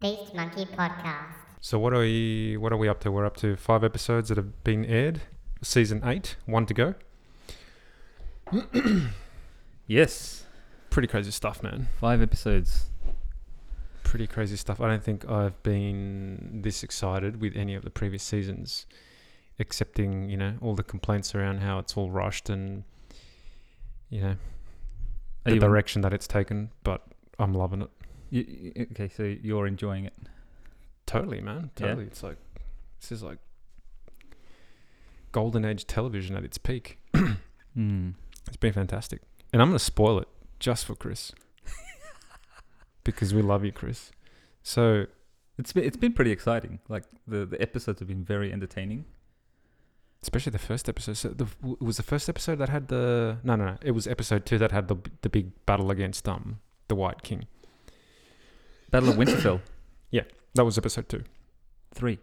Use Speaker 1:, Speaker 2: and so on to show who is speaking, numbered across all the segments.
Speaker 1: Beast Monkey Podcast.
Speaker 2: So what are we what are we up to? We're up to five episodes that have been aired. Season eight, one to go.
Speaker 3: Yes,
Speaker 2: Pretty crazy stuff, man.
Speaker 3: five episodes.
Speaker 2: Pretty crazy stuff. I don't think I've been this excited with any of the previous seasons, excepting, you know, all the complaints around how it's all rushed and you know
Speaker 3: Are
Speaker 2: the
Speaker 3: you-
Speaker 2: direction that it's taken, but I'm loving it.
Speaker 3: you- you- okay, so you're enjoying it.
Speaker 2: Totally, man.
Speaker 3: Yeah.
Speaker 2: Totally. It's like this is like golden age television at its peak.
Speaker 3: Mm.
Speaker 2: It's been fantastic. And I'm going to spoil it just for Chris. because we love you, Chris. So,
Speaker 3: It's been it's been pretty exciting. Like the the episodes have been very entertaining.
Speaker 2: especially the first episode. So the, it was the first episode that had the. No, no, no. It was episode two that had the, the big battle against um the White King.
Speaker 3: Battle of Winterfell
Speaker 2: That was episode two.
Speaker 3: three.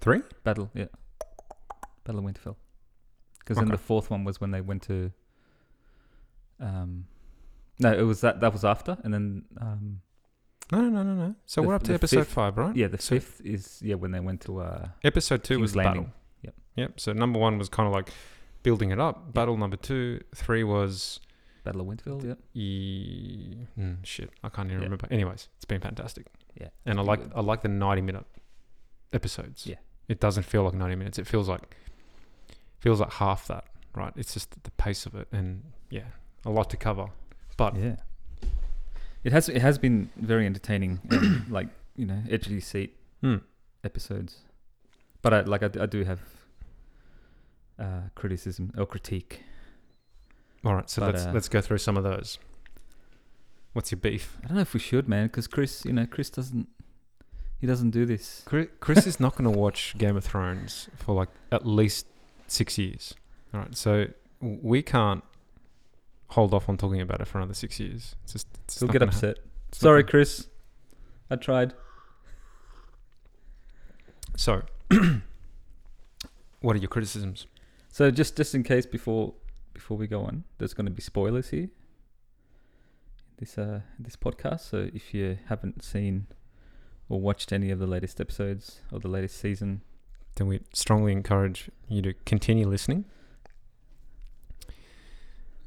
Speaker 2: Three?
Speaker 3: Battle yeah. Battle of Winterfell. Because then
Speaker 2: Okay.
Speaker 3: the fourth one was when they went to. Um, no, it was that that was after, and then um,
Speaker 2: No, no, no, no, no. So
Speaker 3: The-
Speaker 2: we're up to
Speaker 3: the
Speaker 2: episode
Speaker 3: fifth-
Speaker 2: five, right?
Speaker 3: yeah, the
Speaker 2: So-
Speaker 3: fifth is yeah when they went to uh
Speaker 2: Episode two
Speaker 3: King's
Speaker 2: was the
Speaker 3: Landing.
Speaker 2: battle.
Speaker 3: Yep.
Speaker 2: Yep. So number one was kind of like building it up. Battle number two. Three was.
Speaker 3: Battle of Winterfell. Yeah,
Speaker 2: E- mm, shit, I can't even
Speaker 3: Hmm. Yeah.
Speaker 2: remember. Anyways, it's been fantastic.
Speaker 3: Yeah,
Speaker 2: and I
Speaker 3: been
Speaker 2: like
Speaker 3: good.
Speaker 2: I like the ninety minute episodes.
Speaker 3: Yeah.
Speaker 2: it doesn't feel like ninety minutes. It feels like feels like half that. Right, it's just the pace of it, and yeah, a lot to cover. But
Speaker 3: Yeah. It has it has been very entertaining, and, like you know, edge of your seat
Speaker 2: Hmm.
Speaker 3: episodes. But I like I, d- I do have uh, criticism or critique.
Speaker 2: all right, so
Speaker 3: But,
Speaker 2: let's
Speaker 3: uh,
Speaker 2: let's go through some of those. What's your beef?
Speaker 3: I don't know if we should, man, because Chris, you know, Chris doesn't he doesn't do this.
Speaker 2: Chris, Chris is not going to watch Game of Thrones for like at least six years. All right, so w- we can't hold off on talking about it for another six years. It's just it's
Speaker 3: He'll
Speaker 2: not
Speaker 3: get
Speaker 2: gonna hap-
Speaker 3: upset.
Speaker 2: it's not
Speaker 3: Sorry,
Speaker 2: gonna-
Speaker 3: Chris. I tried.
Speaker 2: So, what are your criticisms?
Speaker 3: So just just in case before before we go on, there's going to be spoilers here. This uh this podcast. So if you haven't seen or watched any of the latest episodes or the latest season,
Speaker 2: Then we strongly encourage you to continue listening.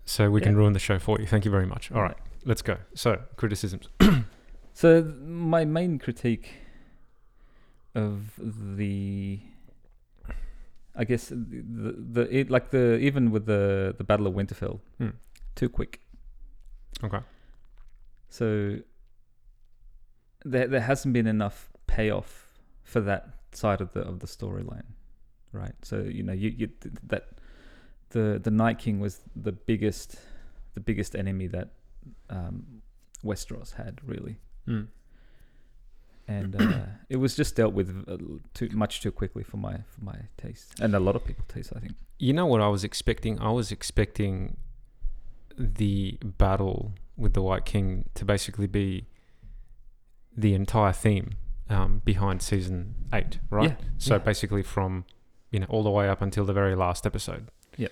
Speaker 2: So we can
Speaker 3: Yeah. Mm.
Speaker 2: ruin the show for you. Thank you very much. All right, let's go. So, criticisms.
Speaker 3: So th- my main critique of the, I guess the the, the it, like the even with the the Battle of Winterfell,
Speaker 2: Hmm.
Speaker 3: too quick.
Speaker 2: Okay.
Speaker 3: So there there hasn't been enough payoff for that side of the of the storyline, right? So you know you you th- that the the Night King was the biggest the biggest enemy that um, Westeros had really
Speaker 2: Mm.
Speaker 3: and uh, it was just dealt with uh, too much too quickly for my for my taste and a lot of people's taste I think.
Speaker 2: You know what I was expecting? I was expecting the battle with the White King to basically be the entire theme um, behind season eight, right?
Speaker 3: Yeah,
Speaker 2: So
Speaker 3: yeah.
Speaker 2: basically, from you know all the way up until the very last episode.
Speaker 3: Yep.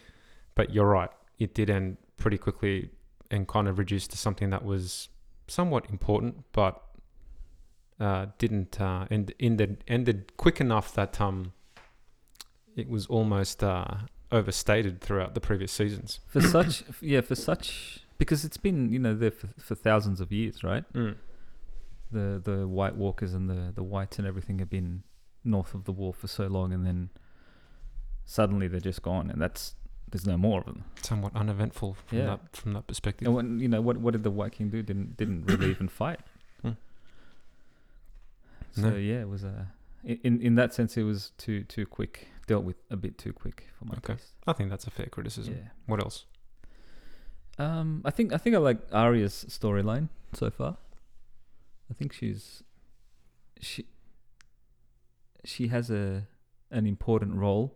Speaker 2: But you're right; it did end pretty quickly and kind of reduced to something that was somewhat important, but uh, didn't uh, end ended ended quick enough that um it was almost uh, overstated throughout the previous seasons.
Speaker 3: for such f- yeah for such because it's been you know there for, for thousands of years right the the White Walkers and the the Whites and everything have been north of the wall for so long and then suddenly they're just gone and that's there's no more of them.
Speaker 2: Somewhat uneventful from
Speaker 3: Yeah.
Speaker 2: that from that perspective.
Speaker 3: And what, you know what what did the White King do? Didn't didn't really even fight.
Speaker 2: Hmm.
Speaker 3: So
Speaker 2: No.
Speaker 3: yeah, it was a in in that sense it was too too quick dealt with a bit too quick for my
Speaker 2: Okay.
Speaker 3: taste.
Speaker 2: I think that's a fair criticism.
Speaker 3: Yeah.
Speaker 2: What else?
Speaker 3: Um, I think I think I like Arya's storyline so far. I think she's she she has a an important role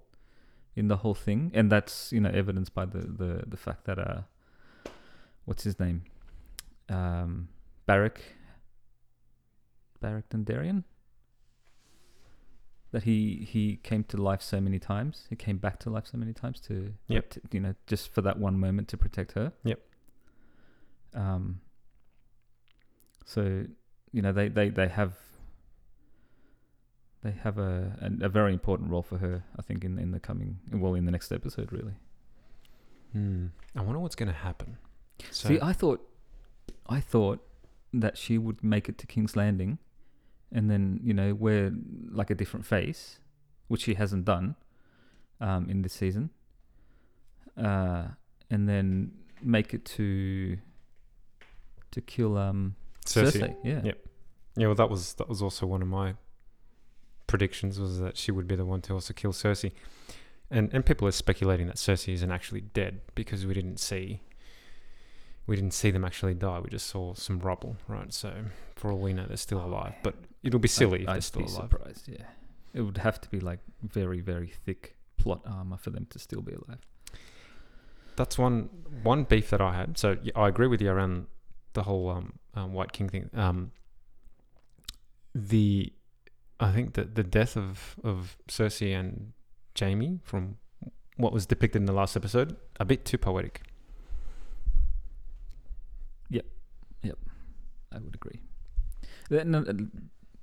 Speaker 3: in the whole thing, and that's you know evidenced by the the, the fact that uh, what's his name, um, Barrack Barrack Dondarrion. That he he came to life so many times. He came back to life so many times to
Speaker 2: Yep.
Speaker 3: to- you know just for that one moment to protect her.
Speaker 2: Yep.
Speaker 3: Um. So you know they they they have they have a an, a very important role for her. I think in in the coming well in the next episode really.
Speaker 2: Hmm. I wonder what's going to happen. So,
Speaker 3: See, uh, I thought, I thought that she would make it to King's Landing, and then you know wear like a different face, which she hasn't done, um, in this season. Uh, and then make it to, to kill um
Speaker 2: Cersei.
Speaker 3: Cersei. Yeah.
Speaker 2: Yep. Yeah, well, that was that was also one of my predictions was that she would be the one to also kill Cersei, and and people are speculating that Cersei isn't actually dead because we didn't see we didn't see them actually die. We just saw some rubble, right? So for all we know, they're still alive, but it'll be silly if
Speaker 3: I'd,
Speaker 2: they're
Speaker 3: I'd
Speaker 2: still
Speaker 3: be
Speaker 2: alive.
Speaker 3: surprised. Yeah. It would have to be like very very thick plot armor for them to still be alive.
Speaker 2: That's one one beef that I had. So yeah, I agree with you around the whole um, um, White King thing. Um, the I think that the death of of Cersei and Jamie from what was depicted in the last episode a bit too poetic.
Speaker 3: I would agree. Then, uh,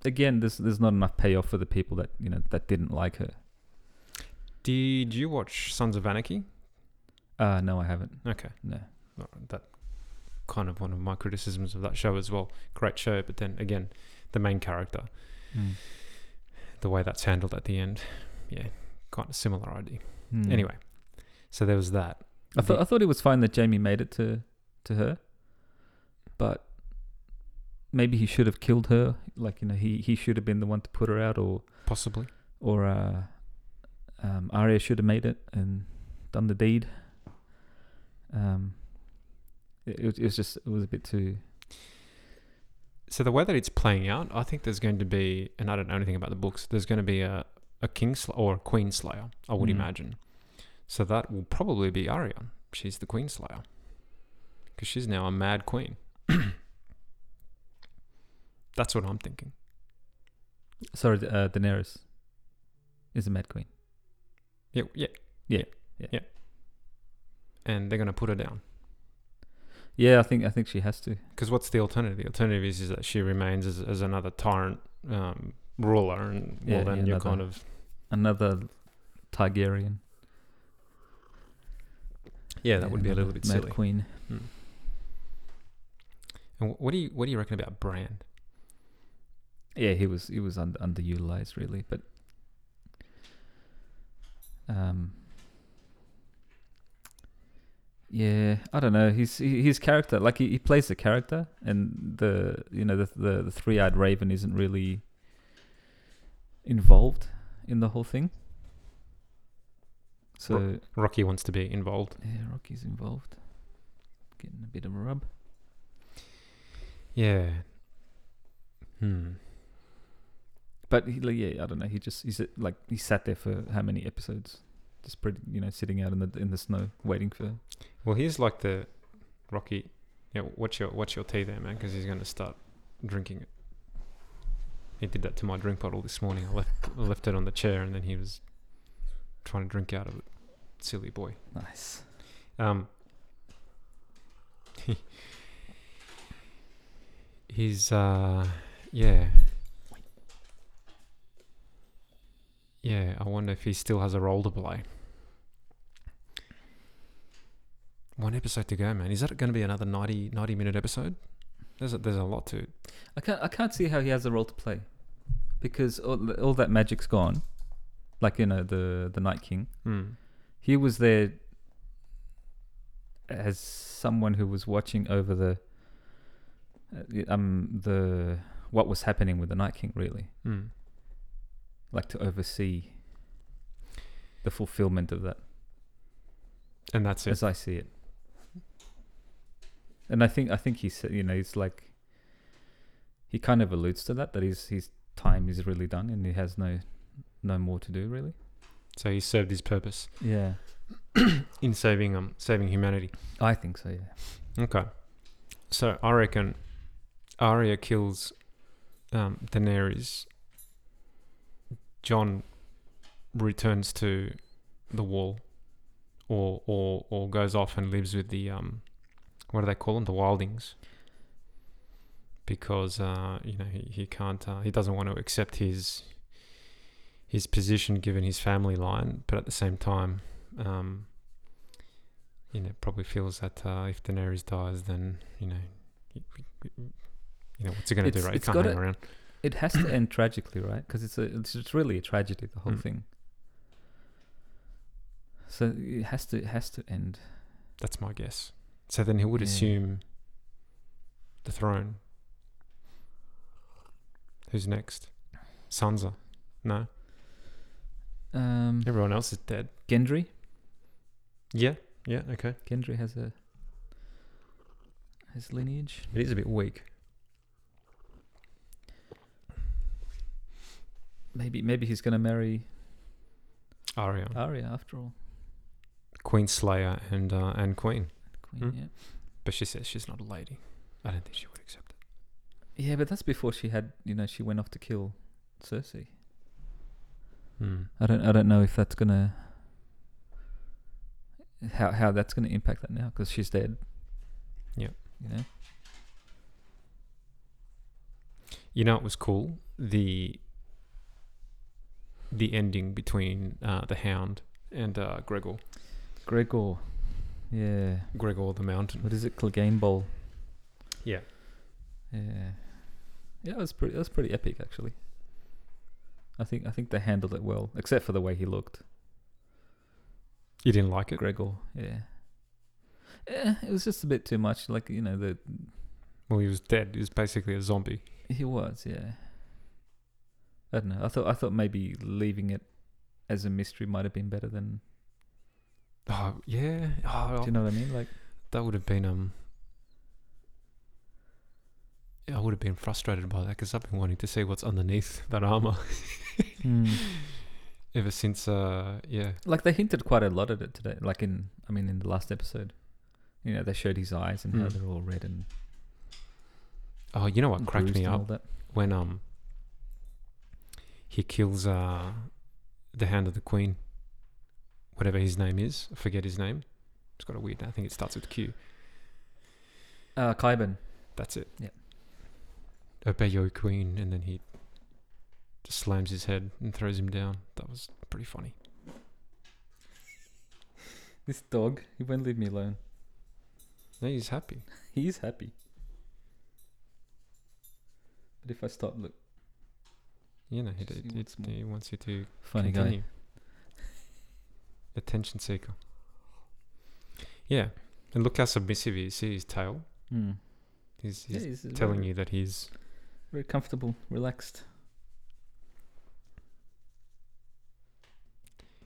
Speaker 3: again, there's there's not enough payoff for the people that you know that didn't like her.
Speaker 2: Did you watch Sons of Anarchy?
Speaker 3: Uh no, I haven't.
Speaker 2: Okay,
Speaker 3: No.
Speaker 2: All right, that kind of one of my criticisms of that show as well. Great show, but then again, the main character, Hmm. the way that's handled at the end, yeah, kind of similar idea.
Speaker 3: Hmm.
Speaker 2: Anyway, so there was that.
Speaker 3: I thought I thought it was fine that Jamie made it to to her, but maybe he should have killed her. Like you know, he he should have been the one to put her out, or
Speaker 2: Possibly.
Speaker 3: or uh, um, Arya should have made it and done the deed. Um, it, it was- it was just it was a bit too.
Speaker 2: So the way that it's playing out, I think there's going to be, and I don't know anything about the books. There's going to be a a king sl- or a queen slayer, I would
Speaker 3: Mm.
Speaker 2: imagine. So that will probably be Arya. She's the queen slayer because she's now a mad queen. That's what I'm thinking.
Speaker 3: Sorry, uh, Daenerys is a mad queen.
Speaker 2: Yeah, yeah,
Speaker 3: Yeah,
Speaker 2: yeah.
Speaker 3: yeah.
Speaker 2: And they're going to put her down
Speaker 3: Yeah, I think I think she has to.
Speaker 2: because what's the alternative? The alternative is, is that she remains as, as another tyrant um, ruler, and well,
Speaker 3: Yeah,
Speaker 2: then
Speaker 3: yeah,
Speaker 2: you're
Speaker 3: another-
Speaker 2: kind of
Speaker 3: Another Targaryen.
Speaker 2: yeah, that would be a little bit silly.
Speaker 3: Queen.
Speaker 2: And wh- what do you what do you reckon about Bran?
Speaker 3: Yeah, he was he was un- underutilized really, but um, yeah, I don't know. His he- his character, like he, he plays the character, and the you know the the, the three eyed raven isn't really involved in the whole thing. So.
Speaker 2: Rocky wants to be involved.
Speaker 3: Yeah, Rocky's involved. Getting a bit of a rub.
Speaker 2: Yeah. Hmm.
Speaker 3: But he, like, yeah, I don't know. He just he's a- like he sat there for how many episodes? Just pretty, you know, sitting out in the in the snow waiting for.
Speaker 2: Well, he's like the Rocky. Yeah, what's your what's your tea there, man? Because he's going to start drinking it. He did that to my drink bottle this morning. I left I left it on the chair, and then he was trying to drink out of it. Silly boy.
Speaker 3: Nice.
Speaker 2: Um. He's uh, yeah. Yeah, I wonder if he still has a role to play. One episode to go, man. Is that going to be another 90, 90 minute episode? There's a, there's a lot to.
Speaker 3: I can't I can't see how he has a role to play, because all, all that magic's gone. Like you know the the Night King,
Speaker 2: Mm.
Speaker 3: he was there as someone who was watching over the uh, um the what was happening with the Night King really.
Speaker 2: Mm.
Speaker 3: like to oversee the fulfillment of that
Speaker 2: And that's it.
Speaker 3: as I see it. and I think I think he said, you know, he's like, he kind of alludes to that that his his time is really done and he has no no more to do really.
Speaker 2: So he served his purpose
Speaker 3: Yeah,
Speaker 2: in saving um saving humanity.
Speaker 3: I think so. Yeah.
Speaker 2: Okay. So I reckon Arya kills um, Daenerys. John returns to the wall, or or or goes off and lives with the um, what do they call them? The Wildings. Because uh, you know he, he can't uh, he doesn't want to accept his his position given his family line, but at the same time. Um, you know, probably feels that uh, if Daenerys dies, then you know, you, you know what's it going to do,
Speaker 3: It's-
Speaker 2: right?
Speaker 3: it's
Speaker 2: you can't hang
Speaker 3: gotta-
Speaker 2: around.
Speaker 3: It has to end tragically, right? Because it's a it's, it's really a tragedy the whole
Speaker 2: Mm.
Speaker 3: thing. So it has to it has to end.
Speaker 2: That's my guess. So then he would
Speaker 3: Yeah.
Speaker 2: assume the throne. Who's next? Sansa. No,
Speaker 3: Um,
Speaker 2: everyone else is dead.
Speaker 3: Gendry,
Speaker 2: Yeah, yeah, okay.
Speaker 3: Gendry has a his lineage.
Speaker 2: It is a bit weak.
Speaker 3: Maybe maybe he's gonna marry
Speaker 2: Arya,
Speaker 3: Arya after all.
Speaker 2: Queen Slayer, and uh, and Queen,
Speaker 3: Queen,
Speaker 2: Hmm?
Speaker 3: yeah.
Speaker 2: but she says she's not a lady. I don't think she would accept it.
Speaker 3: Yeah, but that's before she had, you know, she went off to kill Cersei.
Speaker 2: Hmm.
Speaker 3: I don't, I don't know if that's gonna how how that's gonna impact that now because she's dead.
Speaker 2: Yep.
Speaker 3: You know.
Speaker 2: You know, it was cool the the ending between uh, the Hound and uh, Gregor,
Speaker 3: Gregor. Yeah.
Speaker 2: Gregor the Mountain.
Speaker 3: What is it? Clegane Bowl.
Speaker 2: Yeah.
Speaker 3: Yeah. Yeah, that was pretty. That was pretty epic, actually. I think I think they handled it well, except for the way he looked,
Speaker 2: You didn't like it?
Speaker 3: Gregor. Yeah. Yeah, it was just a bit too much. Like you know, the
Speaker 2: Well, he was dead. He was basically a zombie.
Speaker 3: He was, yeah. I don't know. I thought I thought maybe leaving it as a mystery might have been better than.
Speaker 2: Oh yeah. Oh,
Speaker 3: Do you know what I mean? Like,
Speaker 2: that would have been um. I would have been frustrated by that because I've been wanting to see what's underneath that armor ever since. Uh, yeah.
Speaker 3: hmm. like they hinted quite a lot at it today. Like in, I mean, in the last episode, you know, they showed his eyes and how
Speaker 2: Mm.
Speaker 3: they're all red and
Speaker 2: Oh, you know what cracked
Speaker 3: bruised
Speaker 2: me
Speaker 3: and
Speaker 2: up?
Speaker 3: all that.
Speaker 2: when um he kills uh the hand of the queen whatever his name is i forget his name it's got a weird i think it starts with q
Speaker 3: Uh, Kaiban.
Speaker 2: that's it
Speaker 3: Yeah.
Speaker 2: obey your queen and then he just slams his head and throws him down that was pretty funny
Speaker 3: This dog, he won't leave me alone.
Speaker 2: no he's happy
Speaker 3: He is happy. But if I stop, look,
Speaker 2: you know he,
Speaker 3: Just
Speaker 2: he,
Speaker 3: he wants more.
Speaker 2: he wants you to
Speaker 3: funny guy.
Speaker 2: continue. attention seeker yeah and look how submissive he is see his tail
Speaker 3: Mm.
Speaker 2: he's,
Speaker 3: Yeah,
Speaker 2: he's
Speaker 3: he's
Speaker 2: telling
Speaker 3: very-
Speaker 2: you that he's
Speaker 3: very comfortable, relaxed.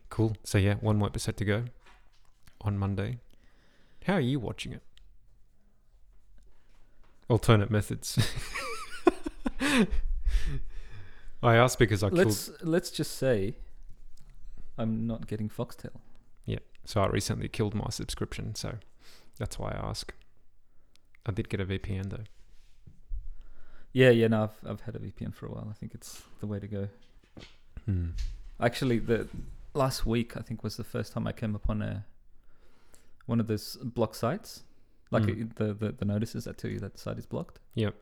Speaker 2: Cool. So yeah, one more episode to go on Monday. How are you watching it? Alternate methods. I asked because I killed.
Speaker 3: let's let's just say I'm not getting Foxtel.
Speaker 2: So I recently killed my subscription. So that's why I ask. I did get a VPN though.
Speaker 3: Yeah, yeah, no, I've I've had a VPN for a while. I think it's the way to go. Actually, the last week I think was the first time I came upon a one of those block sites, like
Speaker 2: Mm.
Speaker 3: it- the, the the notices that tell you that site is blocked.
Speaker 2: Yep.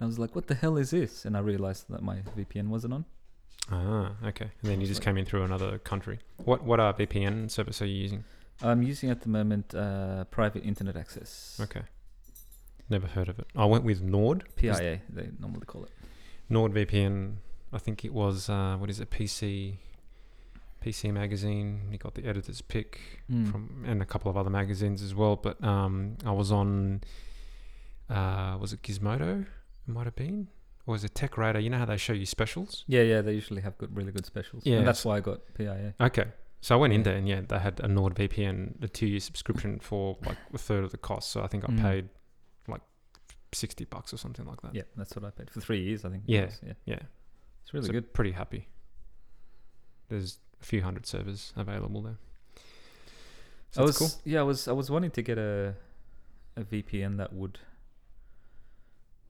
Speaker 3: And I was like, "What the hell is this?" And I realized that my VPN wasn't on.
Speaker 2: Ah, okay. And then you just
Speaker 3: Sorry.
Speaker 2: came in through another country. What what uh, VPN service are you using?
Speaker 3: I'm using at the moment uh, private internet access.
Speaker 2: Okay. Never heard of it. I went with Nord.
Speaker 3: PIA they normally call it.
Speaker 2: NordVPN, I think it was uh, what is it, PC, PC magazine. You got the editor's pick
Speaker 3: Mm.
Speaker 2: from, and a couple of other magazines as well. But um, I was on, uh, was it Gizmodo? It might have been, or was it Tech Radar? You know how they show you specials.
Speaker 3: Yeah, yeah, they usually have good, really good specials.
Speaker 2: Yeah,
Speaker 3: and that's
Speaker 2: so-
Speaker 3: why I got PIA.
Speaker 2: Okay, so I went in
Speaker 3: Yeah.
Speaker 2: there and yeah, they had a NordVPN, a two-year subscription for like a third of the cost. So I think I
Speaker 3: Mm.
Speaker 2: paid 60 bucks or something like that.
Speaker 3: Yeah, that's what I paid for three years. I think. it
Speaker 2: Yeah.
Speaker 3: was, yeah,
Speaker 2: Yeah.
Speaker 3: It's really
Speaker 2: So
Speaker 3: good.
Speaker 2: Pretty happy. There's a few hundred servers available there. So
Speaker 3: I was
Speaker 2: that's cool.
Speaker 3: yeah, I was I was wanting to get a a VPN that would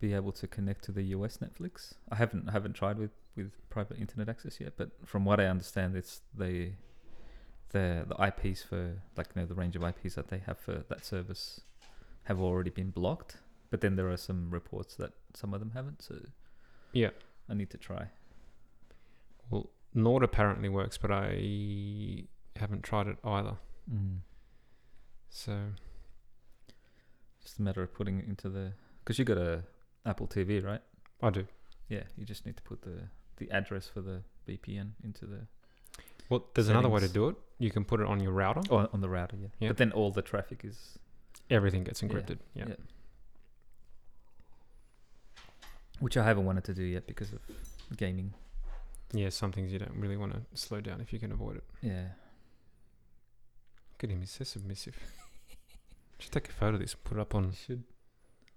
Speaker 3: be able to connect to the US Netflix. I haven't I haven't tried with with private internet access yet, but from what I understand, it's the the the IPs for like you know the range of IPs that they have for that service have already been blocked. But then there are some reports that some of them haven't. So
Speaker 2: Yeah.
Speaker 3: I need to try.
Speaker 2: Well, Nord apparently works, but I haven't tried it either. Mm. So
Speaker 3: Just a matter of putting it into the because you got a Apple TV, right?
Speaker 2: I do.
Speaker 3: Yeah, you just need to put the the address for the VPN into the
Speaker 2: Well, there's another way to
Speaker 3: Settings. Oh.
Speaker 2: do it. You can put it on your router.
Speaker 3: or on the router, yeah.
Speaker 2: Yeah.
Speaker 3: But then all the traffic is
Speaker 2: Everything gets
Speaker 3: Yeah,
Speaker 2: encrypted. Yeah.
Speaker 3: yeah. which I haven't wanted to do yet because of gaming.
Speaker 2: Yeah, some things you don't really want to slow down if you can avoid it.
Speaker 3: Yeah.
Speaker 2: Look at him, he's so submissive. Should take a photo of this and put it up on.
Speaker 3: Should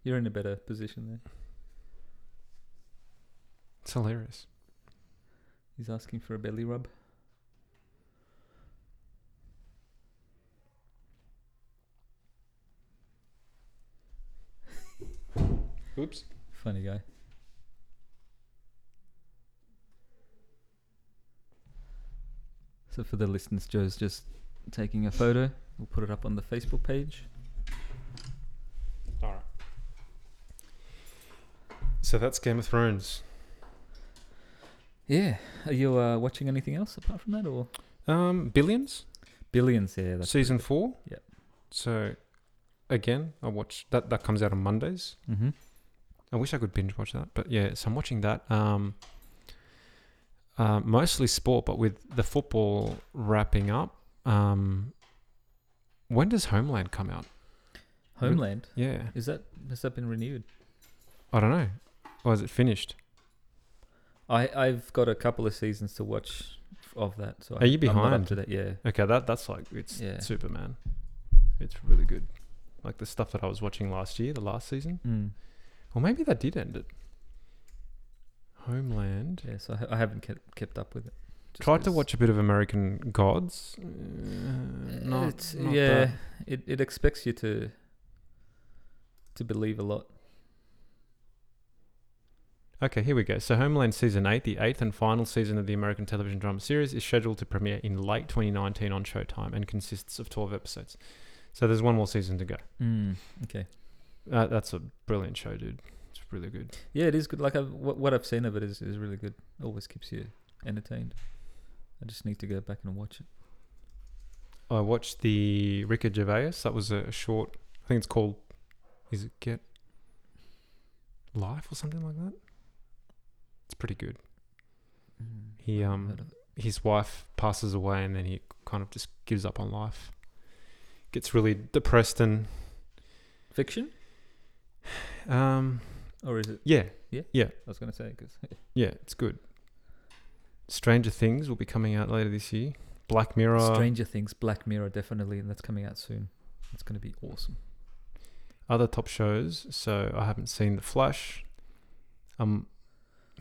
Speaker 3: you're in a better position there.
Speaker 2: It's hilarious.
Speaker 3: He's asking for a belly rub.
Speaker 2: Oops.
Speaker 3: Funny guy. So for the listeners, Joe's just taking a photo. We'll put it up on the Facebook page.
Speaker 2: All right. So that's Game of Thrones.
Speaker 3: Yeah. Are you uh, watching anything else apart from that, or
Speaker 2: Um, Billions?
Speaker 3: Billions? Yeah, that's
Speaker 2: season four.
Speaker 3: Yep.
Speaker 2: So, again, I watch that. That comes out on Mondays.
Speaker 3: Mm-hmm.
Speaker 2: I wish I could binge watch that, but yeah. So I'm watching that. Um, uh, mostly sport, but with the football wrapping up. Um, when does Homeland come out?
Speaker 3: Homeland.
Speaker 2: Yeah,
Speaker 3: Is that has that been renewed?
Speaker 2: I don't know. Or is it finished?
Speaker 3: I I've got a couple of seasons to watch of that. So
Speaker 2: Are
Speaker 3: I,
Speaker 2: you
Speaker 3: I'm not
Speaker 2: behind?
Speaker 3: up to that. Yeah.
Speaker 2: Okay, that that's like it's
Speaker 3: Yeah.
Speaker 2: Superman. It's really good. Like the stuff that I was watching last year, the last season,
Speaker 3: Mm.
Speaker 2: or maybe that did end it. Homeland.
Speaker 3: Yeah. So I, ha- I haven't kept kept up with it. just
Speaker 2: Tried to
Speaker 3: 'cause-
Speaker 2: watch a bit of American Gods. Uh, not,
Speaker 3: It's-
Speaker 2: not
Speaker 3: yeah.
Speaker 2: that.
Speaker 3: It it expects you to to believe a lot.
Speaker 2: Okay, here we go. So, Homeland Season 8, the eighth and final season of the American television drama series, is scheduled to premiere in late 2019 on Showtime and consists of 12 episodes. So, there's one more season to go.
Speaker 3: Mm. Okay.
Speaker 2: Uh, that's a brilliant show, dude. It's really good.
Speaker 3: Yeah, it is good. Like I've, what what I've seen of it is is really good. Always keeps you entertained. I just need to go back and watch it.
Speaker 2: I watched the Ricky Gervais. That was a short, I think it's called, is it Get Life or something like that? It's pretty good. He,
Speaker 3: I haven't
Speaker 2: um,
Speaker 3: heard of it.
Speaker 2: his wife passes away and then he kind of just gives up on life gets really depressed and
Speaker 3: fiction
Speaker 2: um
Speaker 3: or is it?
Speaker 2: yeah
Speaker 3: I was gonna say because
Speaker 2: yeah it's good stranger things will be coming out later this year black mirror
Speaker 3: Stranger Things, Black Mirror, definitely, and that's coming out soon. It's going to be awesome.
Speaker 2: other top shows so i haven't seen the flash um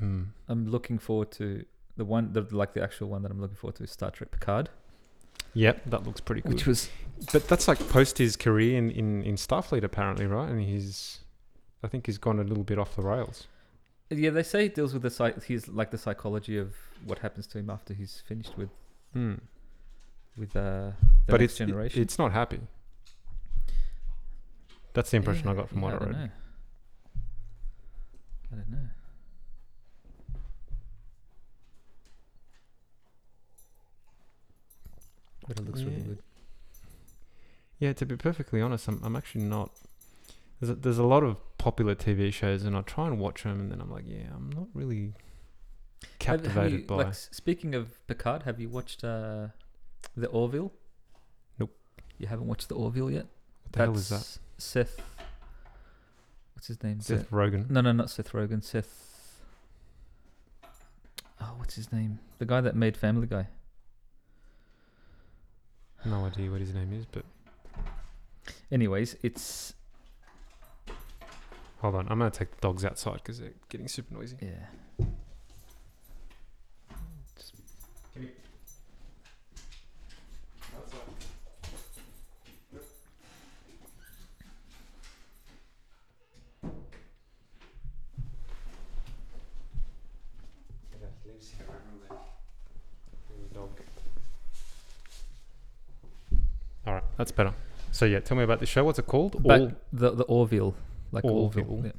Speaker 2: mm,
Speaker 3: I'm looking forward to the one, the, like the actual one that I'm looking forward to is Star Trek Picard,
Speaker 2: yep that looks pretty good
Speaker 3: which was
Speaker 2: but that's like post his career in in, in starfleet apparently right and he's i think he's gone a little bit off the rails
Speaker 3: yeah. They say it deals with the psych, he's like the psychology of what happens to him after he's finished with
Speaker 2: Hmm.
Speaker 3: with uh, the
Speaker 2: but
Speaker 3: next
Speaker 2: it's it-
Speaker 3: generation.
Speaker 2: it's not happy. That's the impression I
Speaker 3: Yeah,
Speaker 2: got from
Speaker 3: yeah,
Speaker 2: what I
Speaker 3: don't
Speaker 2: read.
Speaker 3: know. I don't know. But it looks really
Speaker 2: Yeah.
Speaker 3: good.
Speaker 2: Yeah, to be perfectly honest, I'm, I'm actually not. There's a, there's a lot of popular TV shows, and I try and watch them, and then I'm like, yeah, I'm not really
Speaker 3: Have-
Speaker 2: captivated
Speaker 3: have you-
Speaker 2: by.
Speaker 3: Like, s- speaking of Picard, have you watched uh, the Orville?
Speaker 2: Nope.
Speaker 3: You haven't watched the Orville yet.
Speaker 2: what the hell is that?
Speaker 3: That's Seth. What's his name?
Speaker 2: Seth
Speaker 3: The-
Speaker 2: Rogen.
Speaker 3: No, no, not Seth Rogen. Seth. Oh, what's his name? The guy that made Family Guy. Mm.
Speaker 2: No idea what his name is, but
Speaker 3: Anyways, it's
Speaker 2: Hold on, I'm gonna take the dogs outside because they're getting super noisy.
Speaker 3: Yeah.
Speaker 2: All right, that's better. So yeah, tell me about the show. What's it called? All
Speaker 3: the the Orville, like Orville.
Speaker 2: Orville.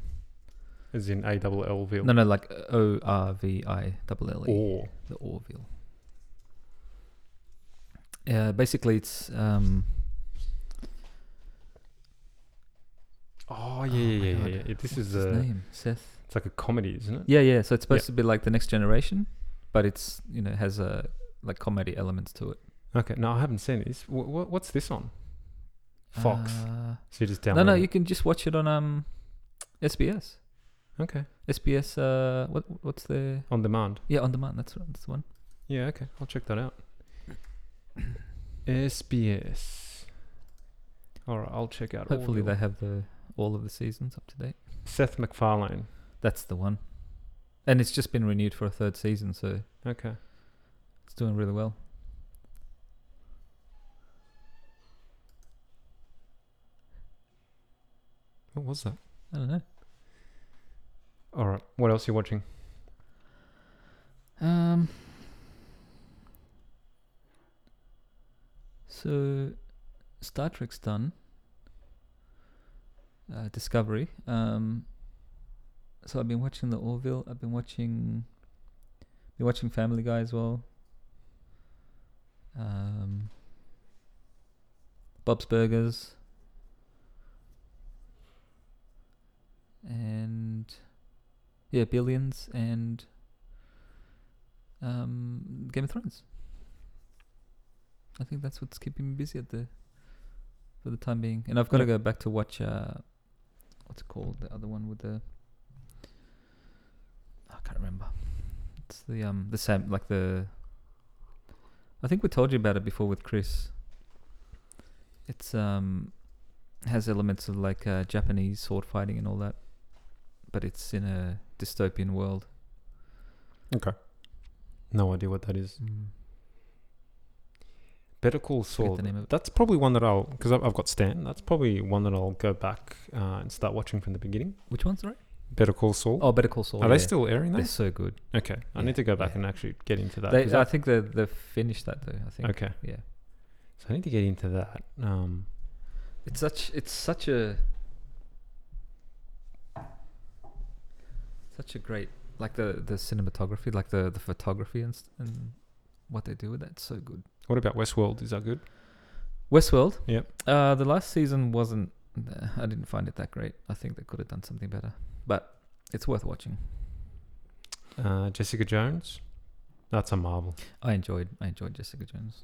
Speaker 2: is in A double L V.
Speaker 3: No, no, like O R V I double L E.
Speaker 2: Or
Speaker 3: the Orville. Yeah, basically it's um,
Speaker 2: oh yeah
Speaker 3: Oh
Speaker 2: yeah
Speaker 3: my
Speaker 2: yeah, yeah,
Speaker 3: God,
Speaker 2: yeah. yeah. This
Speaker 3: what's
Speaker 2: is
Speaker 3: his
Speaker 2: a
Speaker 3: name Seth.
Speaker 2: it's like a comedy, isn't it?
Speaker 3: uh, Yeah, yeah. So it's supposed to be like the next generation, but it's you know has a like comedy elements to it.
Speaker 2: Okay, no, I haven't seen this. Wh- wh- what's this on? Fox.
Speaker 3: Uh,
Speaker 2: so you just download.
Speaker 3: no, no,
Speaker 2: it.
Speaker 3: you can just watch it on um, SBS.
Speaker 2: Okay,
Speaker 3: SBS. Uh, what what's the
Speaker 2: on demand.
Speaker 3: yeah on demand? That's that's the one.
Speaker 2: Yeah, okay, I'll check that out. SBS. All right, I'll check out.
Speaker 3: Hopefully
Speaker 2: Orville.
Speaker 3: they have the all of the seasons up to date.
Speaker 2: Seth MacFarlane.
Speaker 3: That's the one, and it's just been renewed for a third season, so
Speaker 2: Okay.
Speaker 3: it's doing really well.
Speaker 2: What was that?
Speaker 3: I don't know.
Speaker 2: All right. What else are you watching?
Speaker 3: Um. So, Star Trek's done. Uh, Discovery. Um. So I've been watching the Orville. I've been watching. Been watching Family Guy as well. Um. Bob's Burgers. And yeah, Billions and um, Game of Thrones. I think that's what's keeping me busy at the for the time being, and I've got to go back to watch uh, what's it called the other one with the I can't remember. It's the um the Sam like the I think we told you about it before with Chris. It's um has elements of like uh, Japanese sword fighting and all that, but it's in a dystopian world.
Speaker 2: No idea what that is.
Speaker 3: Mm.
Speaker 2: Better Call
Speaker 3: Forget
Speaker 2: Saul.
Speaker 3: the name of it.
Speaker 2: That's probably one that I'll because I've, I've got Stan. That's probably one that I'll go back uh, and start watching from the beginning.
Speaker 3: Which one's right?
Speaker 2: Better Call Saul.
Speaker 3: Oh, Better Call Saul.
Speaker 2: Are they
Speaker 3: yeah.
Speaker 2: still airing
Speaker 3: They're
Speaker 2: that?
Speaker 3: so good.
Speaker 2: Okay, I
Speaker 3: Yeah,
Speaker 2: need to go back
Speaker 3: yeah.
Speaker 2: and actually get into that.
Speaker 3: They,
Speaker 2: 'cause
Speaker 3: I
Speaker 2: that-
Speaker 3: think they they finished that though. I think.
Speaker 2: okay,
Speaker 3: Yeah.
Speaker 2: so I need to get into that. Um,
Speaker 3: It's such it's such a such a great like the the cinematography, like the the photography and s- and what they do with that. It's so good.
Speaker 2: what about Westworld? Is that good?
Speaker 3: Westworld.
Speaker 2: Yep.
Speaker 3: Uh, the last season wasn't. uh, I didn't find it that great. I think they could have done something better, but it's worth watching.
Speaker 2: Uh, Jessica Jones. That's a marvel.
Speaker 3: I enjoyed. I enjoyed Jessica Jones.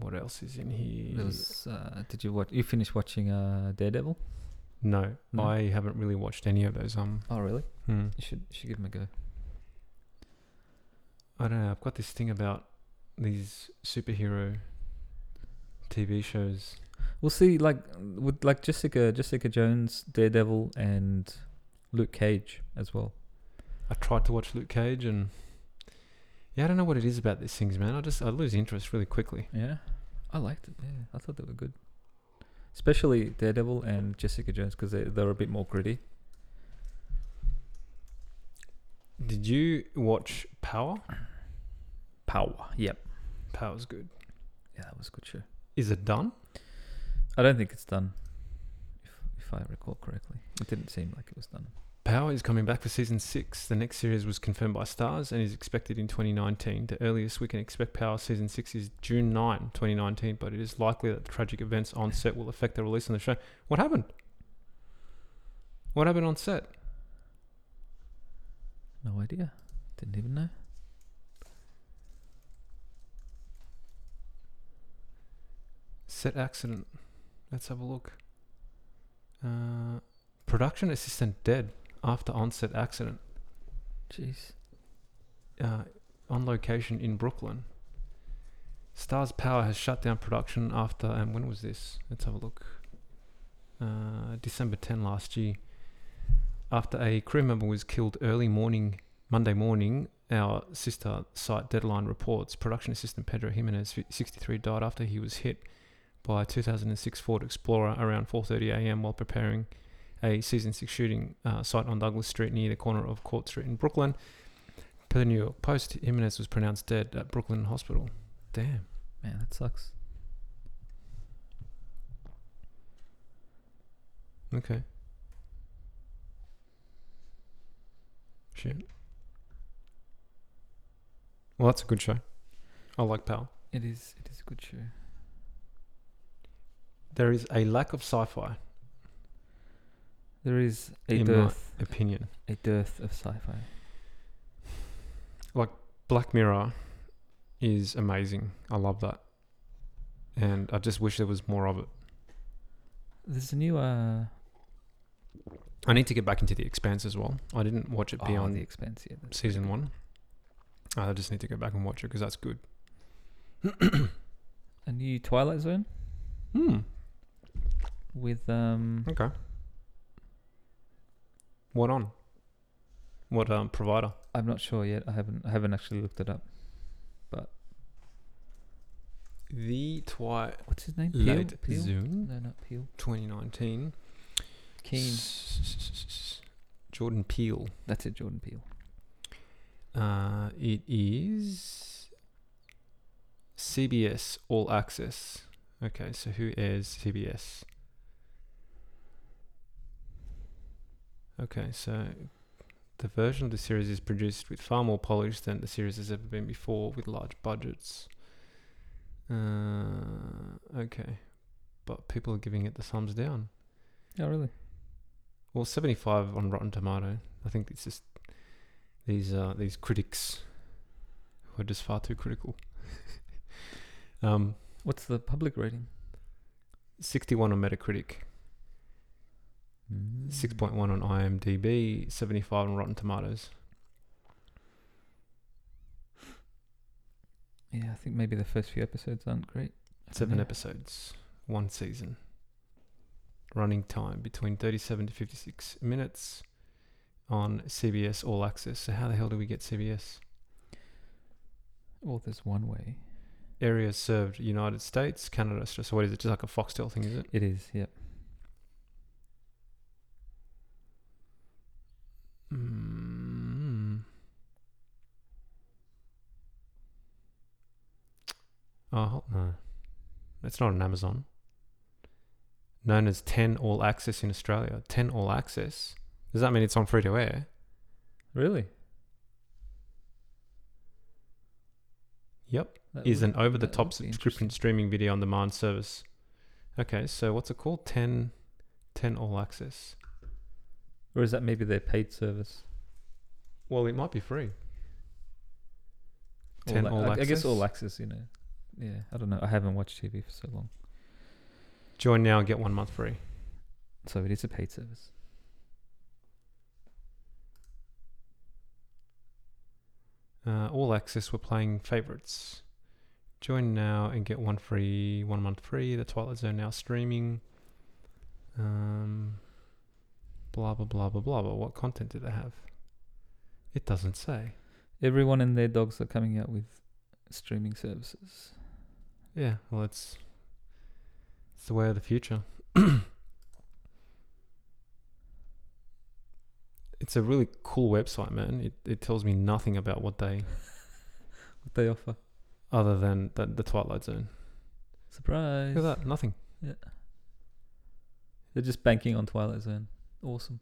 Speaker 2: What else is in here?
Speaker 3: There was. Uh, did you watch? You finished watching uh, Daredevil?
Speaker 2: no,
Speaker 3: No?
Speaker 2: I haven't really watched any of those. Um,
Speaker 3: Oh, really?
Speaker 2: hmm.
Speaker 3: You should you should give him a go.
Speaker 2: I don't know. I've got this thing about these superhero TV shows.
Speaker 3: We'll see. Like with like Jessica, Jessica Jones, Daredevil, and Luke Cage as well.
Speaker 2: I tried to watch Luke Cage and yeah, I don't know what it is about these things, man. I just I lose interest really quickly.
Speaker 3: Yeah, I liked it. Yeah, I thought they were good, especially Daredevil and Jessica Jones because they they're a bit more gritty.
Speaker 2: Did you watch Power?
Speaker 3: Power. Yep.
Speaker 2: Power's good.
Speaker 3: Yeah, that was a good show.
Speaker 2: Is it done?
Speaker 3: I don't think it's done, if if I recall correctly. It didn't seem like it was done.
Speaker 2: Power is coming back for season six. The next series was confirmed by Stars and is expected in 2019. The earliest we can expect Power season six is June 9, 2019, but it is likely that the tragic events on set will affect the release on the show. What happened? What happened on set?
Speaker 3: No idea. Didn't even know.
Speaker 2: Set accident. Let's have a look. Uh, production assistant dead after onset accident.
Speaker 3: Jeez.
Speaker 2: Uh, on location in Brooklyn. Stars Power has shut down production after. And when was this? Let's have a look. uh, December 10 last year. After a crew member was killed early morning, Monday morning, our sister site Deadline reports production assistant Pedro Jimenez, 63, died after he was hit by a 2006 Ford Explorer around 4:30 a.m. while preparing a season six shooting uh, site on Douglas Street near the corner of Court Street in Brooklyn. Per the New York Post, Jimenez was pronounced dead at Brooklyn Hospital. Damn.
Speaker 3: Man, that sucks.
Speaker 2: Okay. Shit. Well, that's a good show. I like Powell.
Speaker 3: It is. It is a good show.
Speaker 2: There is a lack of sci-fi
Speaker 3: There is a
Speaker 2: in
Speaker 3: dearth,
Speaker 2: my opinion.
Speaker 3: a dearth of sci-fi.
Speaker 2: Black Mirror is amazing. I love that, and I just wish there was more of it.
Speaker 3: There's a new uh
Speaker 2: I need to get back into The Expanse as well. I didn't watch it
Speaker 3: oh,
Speaker 2: beyond
Speaker 3: the expense. Yeah, that's
Speaker 2: season one. I just need to go back and watch it because that's good.
Speaker 3: a new Twilight Zone
Speaker 2: Hmm.
Speaker 3: with um
Speaker 2: Okay. What on? What um, provider?
Speaker 3: I'm not sure yet. I haven't I haven't actually looked it up.
Speaker 2: The Twilight
Speaker 3: What's his name? Peel? Peel?
Speaker 2: Zone
Speaker 3: No, not Peel.
Speaker 2: 2019.
Speaker 3: Keen.
Speaker 2: Jordan Peele.
Speaker 3: That's it, Jordan Peel.
Speaker 2: Uh, it is CBS All Access. Okay, so who airs CBS? Okay, so the version of the series is produced with far more polish than the series has ever been before, with large budgets. Uh, okay, but people are giving it the thumbs down.
Speaker 3: Oh really?
Speaker 2: Well, seventy-five on Rotten Tomato. I think it's just these uh, these critics who are just far too critical. um,
Speaker 3: What's the public rating?
Speaker 2: sixty-one on Metacritic,
Speaker 3: Hmm. Mm.
Speaker 2: six point one on IMDb, seventy-five on Rotten Tomatoes.
Speaker 3: Yeah, I think maybe the first few episodes aren't great.
Speaker 2: Seven
Speaker 3: Yeah.
Speaker 2: episodes, one season. Running time between thirty-seven to fifty-six minutes on CBS All Access. So how the hell do we get CBS?
Speaker 3: Well, there's one way.
Speaker 2: Area served: United States, Canada, Australia. So what is it? Just like a Foxtel thing, is it?
Speaker 3: It is. Yep.
Speaker 2: Mm. Oh, hol- no. It's not on Amazon. Known as 10 All Access in Australia. 10 All Access? Does that mean it's on free to air?
Speaker 3: Really?
Speaker 2: Yep.
Speaker 3: That
Speaker 2: Is
Speaker 3: would-
Speaker 2: an over the
Speaker 3: that
Speaker 2: top
Speaker 3: would be
Speaker 2: subscription
Speaker 3: interesting.
Speaker 2: streaming video on demand service. Okay, so what's it called? 10, 10 All Access.
Speaker 3: Or is that maybe their paid service?
Speaker 2: Well, it might be free.
Speaker 3: All
Speaker 2: 10
Speaker 3: ac-
Speaker 2: all
Speaker 3: I, I guess
Speaker 2: access?
Speaker 3: all access, you know. Yeah, I don't know. I haven't watched TV for so long,
Speaker 2: Join now and get one month free.
Speaker 3: so it is a paid service.
Speaker 2: Uh, all access were playing favorites. Join now and get one free, one month free. The Twilight Zone now streaming. Um, blah blah blah blah blah. blah. What content do they have? It doesn't say.
Speaker 3: Everyone and their dogs are coming out with streaming services.
Speaker 2: Yeah, well, it's it's the way of the future. it's a really cool website, man. It it tells me nothing about what they
Speaker 3: What they offer?
Speaker 2: other than the, the Twilight Zone.
Speaker 3: Surprise!
Speaker 2: Look at that, nothing.
Speaker 3: They're just banking on Twilight Zone. Awesome.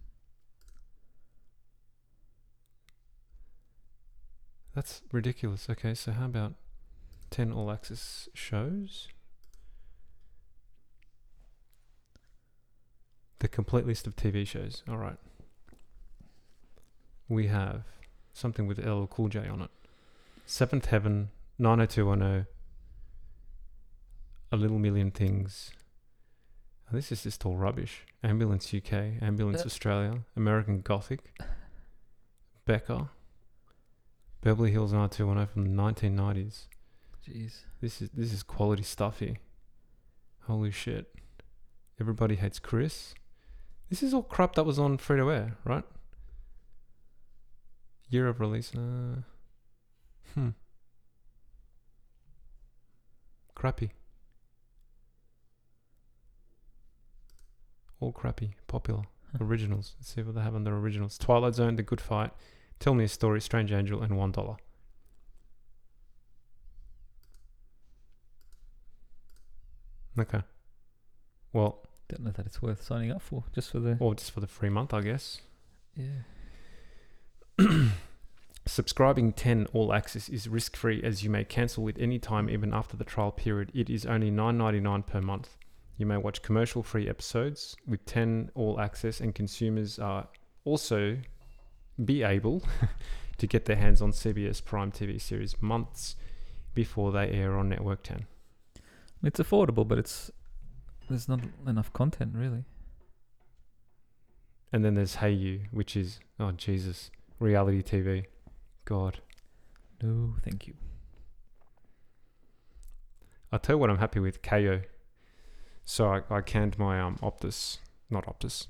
Speaker 2: That's ridiculous. Okay, so how about 10 all access shows? The complete list of TV shows. All right. We have something with LL Cool J on it Seventh Heaven, 90210, A Little Million Things. Oh, This is just all rubbish. Ambulance UK, Ambulance
Speaker 3: Uh.
Speaker 2: Australia, American Gothic, Becca. Beverly Hills 90210 from the 1990s.
Speaker 3: Jeez.
Speaker 2: This is this is quality stuff here. Holy shit. Everybody hates Chris. This is all crap that was on free to air, right? Year of release. Uh, hmm. Crappy. All crappy. Popular. Originals. Let's see what they have on their originals. Twilight Zone, The Good Fight, Tell Me a Story, Strange Angel, and One Dollar. Okay. Well,
Speaker 3: Don't know that it's worth signing up for just for the
Speaker 2: or just for the free month, I guess.
Speaker 3: yeah.
Speaker 2: Subscribing 10 All Access is risk free as you may cancel at any time, even after the trial period. It is only $9.99 per month. You may watch commercial free episodes with 10 All Access, and consumers are also be able to get their hands on CBS Prime TV series months before they air on Network 10.
Speaker 3: It's affordable, but it's there's not enough content really.
Speaker 2: And then there's Hey You, which is, oh Jesus, reality TV. God.
Speaker 3: No, thank you.
Speaker 2: I'll tell you what I'm happy with KO. So I, I canned my um, Optus, not Optus,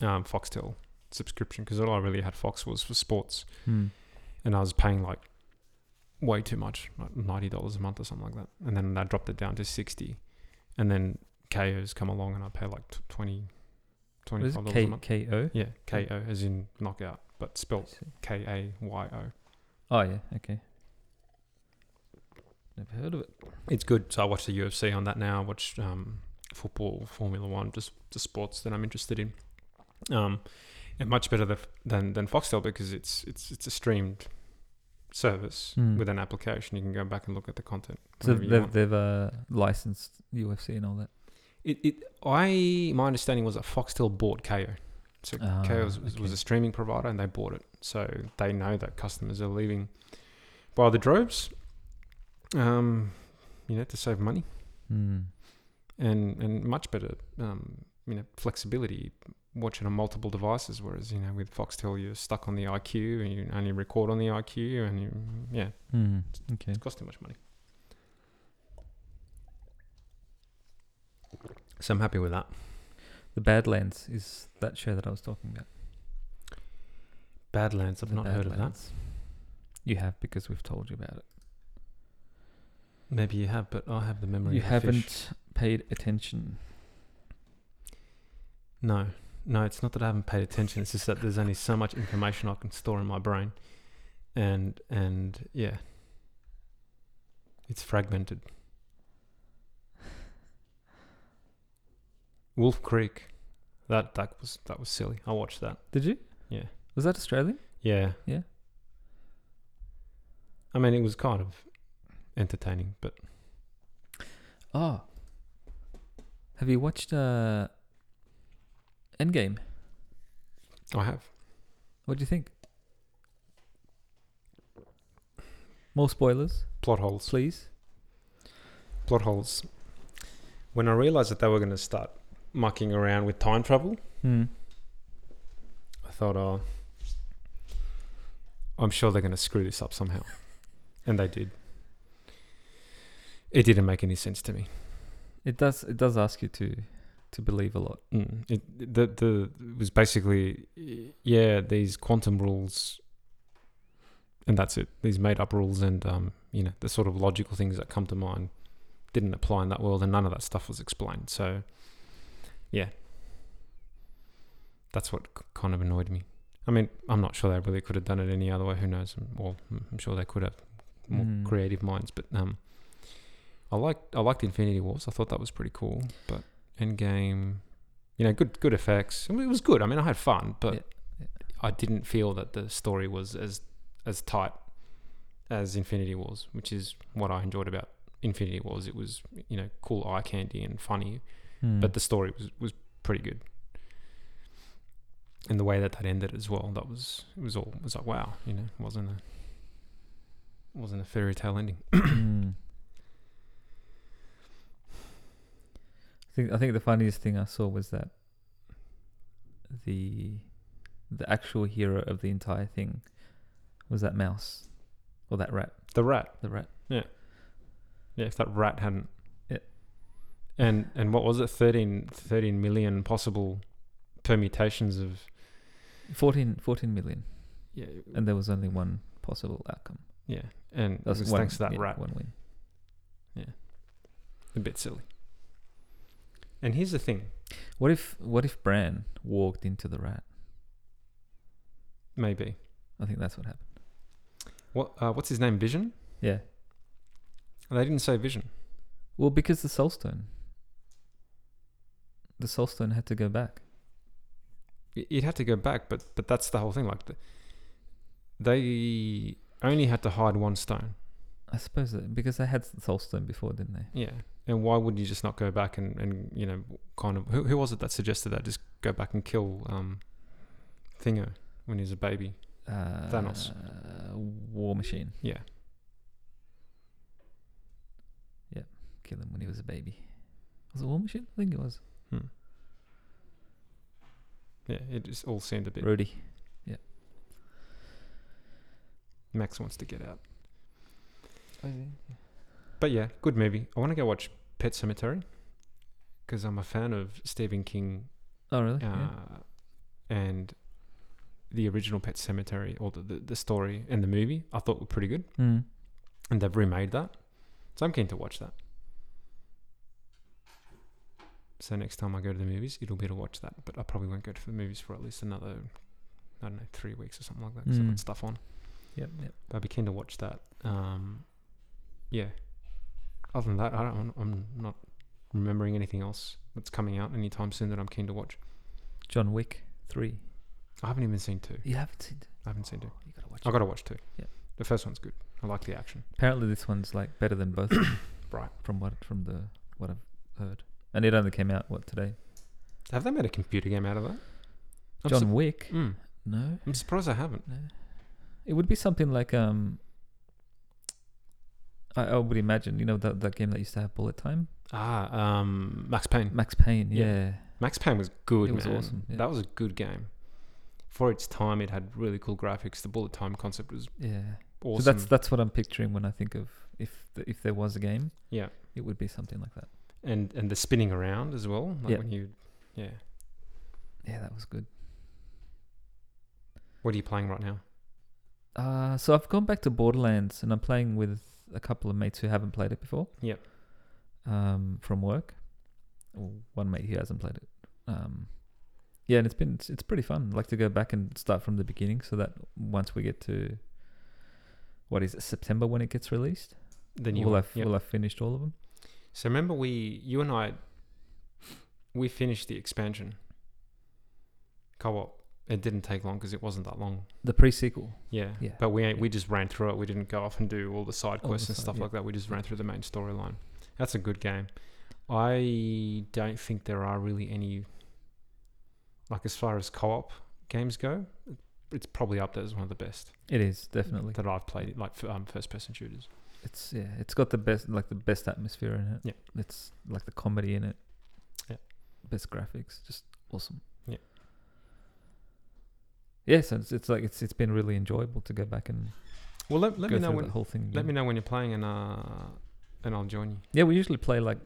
Speaker 2: um, Foxtel subscription because all I really had Fox was for sports,
Speaker 3: Hmm.
Speaker 2: and I was paying like way too much, like ninety dollars a month or something like that. And then I dropped it down to sixty, and then KO's come along and I pay like tw- 20
Speaker 3: What is
Speaker 2: 25
Speaker 3: it?
Speaker 2: dollars
Speaker 3: K
Speaker 2: a month.
Speaker 3: K O.
Speaker 2: Yeah, KO as in knockout, but spelt
Speaker 3: See.
Speaker 2: K A Y O.
Speaker 3: Oh yeah, okay. Never heard of it.
Speaker 2: it's good. So I watch the UFC on that now. I watch um, football, Formula One, just the sports that I'm interested in. Um, and much better than than, than Foxtel because it's it's it's a streamed service
Speaker 3: Mm.
Speaker 2: with an application. You can go back and look at the content.
Speaker 3: So
Speaker 2: whenever you
Speaker 3: they've,
Speaker 2: want.
Speaker 3: they've uh, licensed UFC and all that.
Speaker 2: It, it I my understanding was that Foxtel bought KO. So
Speaker 3: Ah,
Speaker 2: KO was, was- was
Speaker 3: okay.
Speaker 2: a streaming provider and they bought it. So they know that customers are leaving by the droves. Um, you know, to save money.
Speaker 3: Hmm.
Speaker 2: and and much better um, you know flexibility watching on multiple devices whereas you know with foxtel you're stuck on the iq and you only record on the iq and you, yeah
Speaker 3: Hmm. Okay.
Speaker 2: it costs too much money so i'm happy with that
Speaker 3: The Badlands is that show that I was talking about.
Speaker 2: badlands i've
Speaker 3: The
Speaker 2: not heard of that
Speaker 3: Badlands. You have because we've told you about it.
Speaker 2: maybe you have but i have the memory
Speaker 3: You
Speaker 2: of a fish.
Speaker 3: haven't paid attention.
Speaker 2: no no it's not that i haven't paid attention it's just that there's only so much information i can store in my brain and and yeah it's fragmented wolf creek that that was that was silly i watched that
Speaker 3: Did you?
Speaker 2: Yeah.
Speaker 3: Was that Australian?
Speaker 2: yeah
Speaker 3: Yeah.
Speaker 2: i mean it was kind of entertaining but Ah.
Speaker 3: Oh. Have you watched uh, Endgame?
Speaker 2: i have
Speaker 3: What do you think? More spoilers,
Speaker 2: plot holes
Speaker 3: please.
Speaker 2: plot holes when i realized that they were going to start mucking around with time travel
Speaker 3: Hmm.
Speaker 2: I thought, oh, I'm sure they're going to screw this up somehow. And they did. It didn't make any sense to me.
Speaker 3: It does. It does ask you to, to believe a lot.
Speaker 2: Mm. It, the, the, it was basically, yeah, these quantum rules, and that's it. These made up rules and, um, you know, the sort of logical things that come to mind didn't apply in that world, and none of that stuff was explained. So, yeah. That's what k- kind of annoyed me. I mean, I'm not sure they really could have done it any other way. Who knows? I'm- Well, mm, I'm I'm sure they could have more
Speaker 3: Mm.
Speaker 2: creative minds, but um, I liked I liked Infinity Wars. I thought that was pretty cool. But Endgame, you know, good good effects. I mean, it was good. I mean, I had fun, but
Speaker 3: Yeah, yeah.
Speaker 2: I didn't feel that the story was as as tight as Infinity Wars, which is what I enjoyed about Infinity Wars. It was you know cool eye candy and funny,
Speaker 3: Mm. Hmm.
Speaker 2: but the story was was pretty good. And the way that that ended as well, that was it was all it was like wow, you know, it wasn't a wasn't a fairy tale ending.
Speaker 3: Hmm. I think I think the funniest thing I saw was that the the actual hero of the entire thing was that mouse or that rat,
Speaker 2: The rat,
Speaker 3: the rat.
Speaker 2: yeah, if that rat hadn't
Speaker 3: Yeah.
Speaker 2: and and what was it 13, 13 million possible permutations of
Speaker 3: 14, 14 million,
Speaker 2: yeah
Speaker 3: and there was only one possible outcome.
Speaker 2: yeah and it
Speaker 3: That was
Speaker 2: was
Speaker 3: one-
Speaker 2: thanks to that
Speaker 3: yeah,
Speaker 2: rat
Speaker 3: One win.
Speaker 2: a bit silly and here's the thing
Speaker 3: What if what if Bran walked into the rat?
Speaker 2: maybe
Speaker 3: I think that's what happened.
Speaker 2: what uh, what's his name vision
Speaker 3: Yeah.
Speaker 2: they didn't say vision
Speaker 3: Well, because the soulstone. The soulstone had to go back.
Speaker 2: Y- you'd have to go back but but that's the whole thing like the, they only had to hide one stone
Speaker 3: I suppose that because they had the soulstone before, didn't they?
Speaker 2: yeah and why would you just not go back and, and you know kind of who, who was it that suggested that just go back and kill um thingo when he was a baby
Speaker 3: Uh,
Speaker 2: Thanos.
Speaker 3: War Machine.
Speaker 2: yeah
Speaker 3: Kill him when he was a baby. Was it War Machine? I think it was.
Speaker 2: yeah it just all seemed a bit
Speaker 3: Rudy.
Speaker 2: max wants to get out But yeah, good movie. I want to go watch Pet Cemetery because I'm a fan of Stephen King
Speaker 3: Oh, really?
Speaker 2: uh, and the original Pet Cemetery or the, the, the story and the movie I thought were pretty good.
Speaker 3: yeah. Mm.
Speaker 2: And they've remade that. So I'm keen to watch that. So next time I go to the movies, it'll be to watch that. But I probably won't go to the movies for at least another, I don't know, three weeks or something like that because I've
Speaker 3: Mm.
Speaker 2: got stuff on.
Speaker 3: Yep, yep.
Speaker 2: But I'd be keen to watch that. Um, yeah. Other than that, I don't, I'm not remembering anything else that's coming out anytime soon that I'm keen to watch.
Speaker 3: John Wick 3.
Speaker 2: I haven't even seen two.
Speaker 3: You haven't seen it?
Speaker 2: I haven't seen two.
Speaker 3: You gotta watch
Speaker 2: I
Speaker 3: it.
Speaker 2: got to watch two.
Speaker 3: Yeah.
Speaker 2: The first one's good. I like the action.
Speaker 3: Apparently, this one's like better than both.
Speaker 2: Right.
Speaker 3: From what from the what I've heard, and it only came out what today.
Speaker 2: Have they made a computer game out of that? I'm
Speaker 3: John
Speaker 2: sup-
Speaker 3: Wick.
Speaker 2: Mm,
Speaker 3: No,
Speaker 2: I'm surprised I haven't.
Speaker 3: no. It would be something like um. I, I would imagine you know that that game that used to have bullet time.
Speaker 2: Ah, um, Max Payne.
Speaker 3: Max Payne.
Speaker 2: Yeah.
Speaker 3: Yeah.
Speaker 2: Max Payne was good.
Speaker 3: It was
Speaker 2: man.
Speaker 3: awesome, yeah.
Speaker 2: That was a good game. For its time, it had really cool graphics. The bullet time concept was
Speaker 3: Yeah.
Speaker 2: awesome.
Speaker 3: So that's that's what I'm picturing when I think of if the, if there was a game,
Speaker 2: yeah.
Speaker 3: it would be something like that.
Speaker 2: and and the spinning around as well. Like
Speaker 3: Yeah.
Speaker 2: when you, yeah.
Speaker 3: Yeah, that was good.
Speaker 2: What are you playing right now?
Speaker 3: Uh, so I've gone back to Borderlands and I'm playing with a couple of mates who haven't played it before.
Speaker 2: Yep.
Speaker 3: Um, from work, Well, one mate who hasn't played it. Um, yeah, and it's been it's, it's pretty fun. like to go back and start from the beginning so that once we get to what is it, September when it gets released,
Speaker 2: Then you
Speaker 3: we'll have
Speaker 2: yep.
Speaker 3: we'll have finished all of them.
Speaker 2: So remember we you and I we finished the expansion co-op. It didn't take long because it wasn't that long.
Speaker 3: The pre sequel.
Speaker 2: Yeah.
Speaker 3: Yeah.
Speaker 2: But we ain't, we just ran through it. We didn't go off and do all the side
Speaker 3: All the
Speaker 2: quests and
Speaker 3: side-
Speaker 2: stuff
Speaker 3: yeah.
Speaker 2: like that. We just ran through the main storyline. That's a good game. I don't think there are really any like as far as co-op games go. It's probably up there as one of the best
Speaker 3: It is definitely.
Speaker 2: that I've played, like f- um, first-person shooters.
Speaker 3: It's yeah. It's got the best like the best atmosphere in it.
Speaker 2: Yeah.
Speaker 3: It's like the comedy in it.
Speaker 2: Yeah.
Speaker 3: Best graphics, just awesome.
Speaker 2: Yeah.
Speaker 3: Yeah, so it's, it's like it's it's been really enjoyable to go back and
Speaker 2: Well, let, let
Speaker 3: go
Speaker 2: me know
Speaker 3: through
Speaker 2: when.
Speaker 3: the whole thing.
Speaker 2: Let
Speaker 3: again.
Speaker 2: me know when you're playing, and uh, and I'll join you.
Speaker 3: Yeah, we usually play like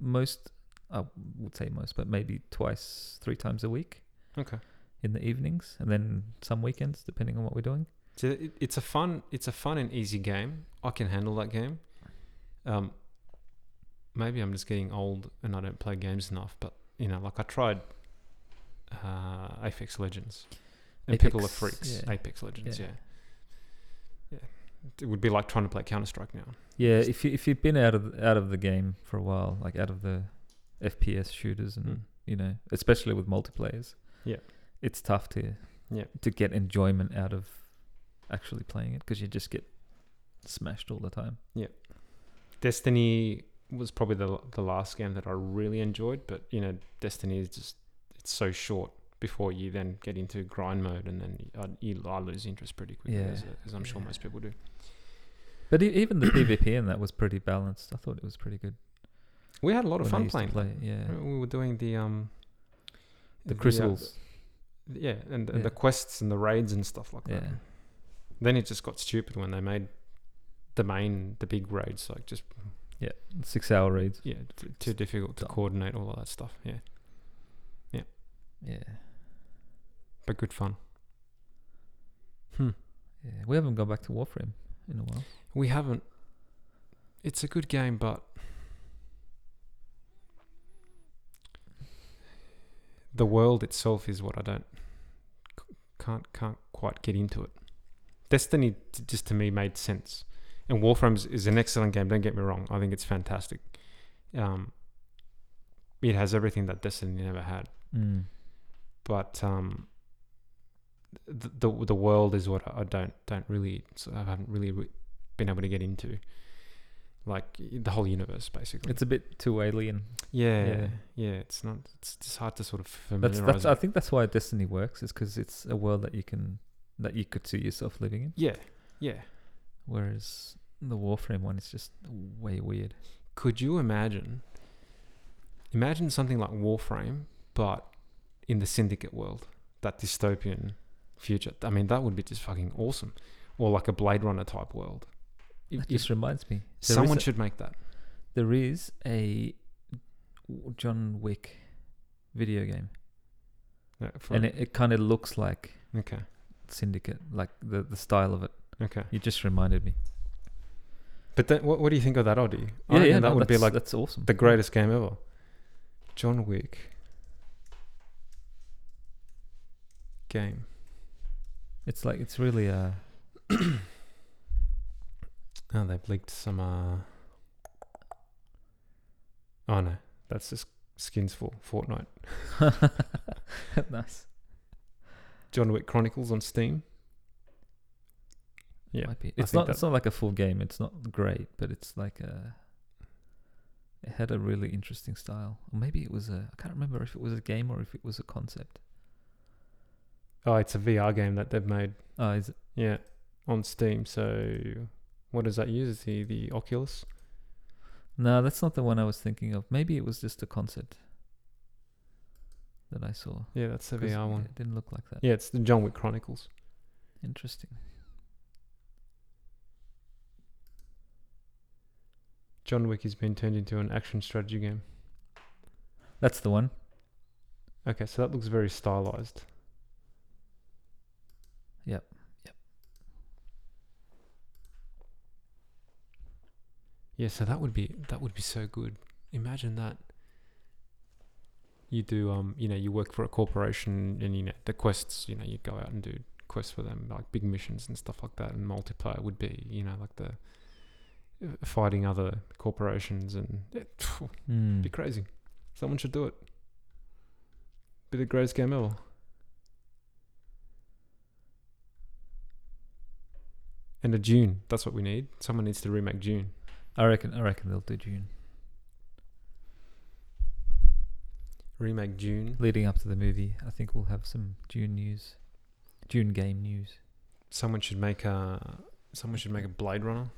Speaker 3: most. I would say most, but maybe twice, three times a week.
Speaker 2: Okay.
Speaker 3: In the evenings, and then some weekends, depending on what we're doing.
Speaker 2: So it, it's a fun, it's a fun and easy game. I can handle that game. Um, maybe I'm just getting old and I don't play games enough, but you know, like I tried uh, Apex Legends, and people are
Speaker 3: Apex,
Speaker 2: freaks.
Speaker 3: yeah.
Speaker 2: Apex Legends, yeah.
Speaker 3: Yeah.
Speaker 2: yeah, It would be like trying to play Counter Strike now.
Speaker 3: Yeah, if you if you've been out of out of the game for a while, like out of the FPS shooters and
Speaker 2: Mm.
Speaker 3: you know, especially with multiplayers.
Speaker 2: Yeah.
Speaker 3: It's tough to
Speaker 2: Yeah.
Speaker 3: to get enjoyment out of actually playing it because you just get smashed all the time.
Speaker 2: Destiny was probably the the last game that I really enjoyed, but you know, Destiny is just it's so short before you then get into grind mode, and then I, you, I lose interest pretty quickly,
Speaker 3: Yeah.
Speaker 2: as, as I'm sure
Speaker 3: Yeah.
Speaker 2: most people do.
Speaker 3: But e- even the PvP in that was pretty balanced. I thought it was pretty good.
Speaker 2: We had a lot of
Speaker 3: when I
Speaker 2: fun
Speaker 3: used to
Speaker 2: playing.
Speaker 3: play it, yeah.
Speaker 2: Remember We were doing the um
Speaker 3: The
Speaker 2: uh,
Speaker 3: Crucibles.
Speaker 2: yeah, and, and
Speaker 3: Yeah.
Speaker 2: the quests and the raids and stuff like that.
Speaker 3: Yeah.
Speaker 2: Then it just got stupid when they made the main the big raids like just
Speaker 3: six hour reads.
Speaker 2: Yeah, t- too difficult to
Speaker 3: dumb.
Speaker 2: coordinate all of that stuff. Yeah,
Speaker 3: Yeah.
Speaker 2: but good fun.
Speaker 3: Yeah. We haven't gone back to Warframe in a while.
Speaker 2: We haven't. It's a good game, but the world itself is what I don't c- can't can't quite get into it. Destiny t- just to me made sense, and Warframe is- is an excellent game. Don't get me wrong; I think it's fantastic. Um, it has everything that Destiny never had,
Speaker 3: Mm.
Speaker 2: but um, th- the the world is what I don't don't really so I haven't really re- been able to get into, like the whole universe basically.
Speaker 3: It's a bit too alien.
Speaker 2: yeah, yeah,
Speaker 3: yeah.
Speaker 2: It's not. It's just hard to sort of
Speaker 3: That's
Speaker 2: familiarize.
Speaker 3: that's. I
Speaker 2: it.
Speaker 3: think that's why Destiny works. Is because it's a world that you can that you could see yourself living in.
Speaker 2: yeah, yeah.
Speaker 3: Whereas the Warframe one is just way weird.
Speaker 2: Could you imagine? Imagine something like Warframe, but in the Syndicate world, that dystopian future. I mean, that would be just fucking awesome, or like a Blade Runner type world. If-
Speaker 3: It
Speaker 2: if
Speaker 3: just reminds me. there is
Speaker 2: someone
Speaker 3: a-
Speaker 2: should make that.
Speaker 3: There is a w- John Wick video game,
Speaker 2: Yeah, uh, for-
Speaker 3: and it, it kind of looks like
Speaker 2: okay,
Speaker 3: Syndicate, like the the style of it.
Speaker 2: okay.
Speaker 3: You just reminded me.
Speaker 2: But then, what, what do you think of that, Oddie? I reckon that
Speaker 3: no,
Speaker 2: would be
Speaker 3: that's-
Speaker 2: like
Speaker 3: that's awesome.
Speaker 2: the greatest game ever. John Wick game.
Speaker 3: It's like it's really uh
Speaker 2: Oh, they've leaked some. Uh... Oh no, that's just skins for Fortnite.
Speaker 3: nice.
Speaker 2: John Wick Chronicles on Steam. Yeah,
Speaker 3: Might be.
Speaker 2: I
Speaker 3: It's
Speaker 2: think
Speaker 3: not. It's not like a full game. It's not great, but it's like a. It had a really interesting style. Or maybe it was a. I can't remember if it was a game or if it was a concept.
Speaker 2: Oh, it's a VR game that they've made.
Speaker 3: Oh, is it?
Speaker 2: Yeah, on Steam. So, what does that use? The the Oculus.
Speaker 3: No, that's not the one I was thinking of. Maybe it was just a concept that I saw.
Speaker 2: Yeah, that's the
Speaker 3: 'Cause
Speaker 2: VR one.
Speaker 3: It didn't look like that.
Speaker 2: Yeah, it's the John Wick Chronicles.
Speaker 3: Interesting.
Speaker 2: John Wick has been turned into an action strategy game.
Speaker 3: That's the one.
Speaker 2: Okay, so that looks very stylized.
Speaker 3: Yep, yep.
Speaker 2: Yeah, so that would be that would be so good. Imagine that. You do um, you know, you work for a corporation and you know the quests, you know, you go out and do quests for them, like big missions and stuff like that, and multiplayer would be, you know, like the uh, fighting other corporations and
Speaker 3: Mm.
Speaker 2: be crazy. Someone should do it. Be the greatest game ever. And a June. That's what we need. Someone needs to remake June.
Speaker 3: I reckon. I reckon they'll do June,
Speaker 2: Remake June.
Speaker 3: leading up to the movie. I think we'll have some June news, June game news.
Speaker 2: Someone should make a. Someone should make a Blade Runner.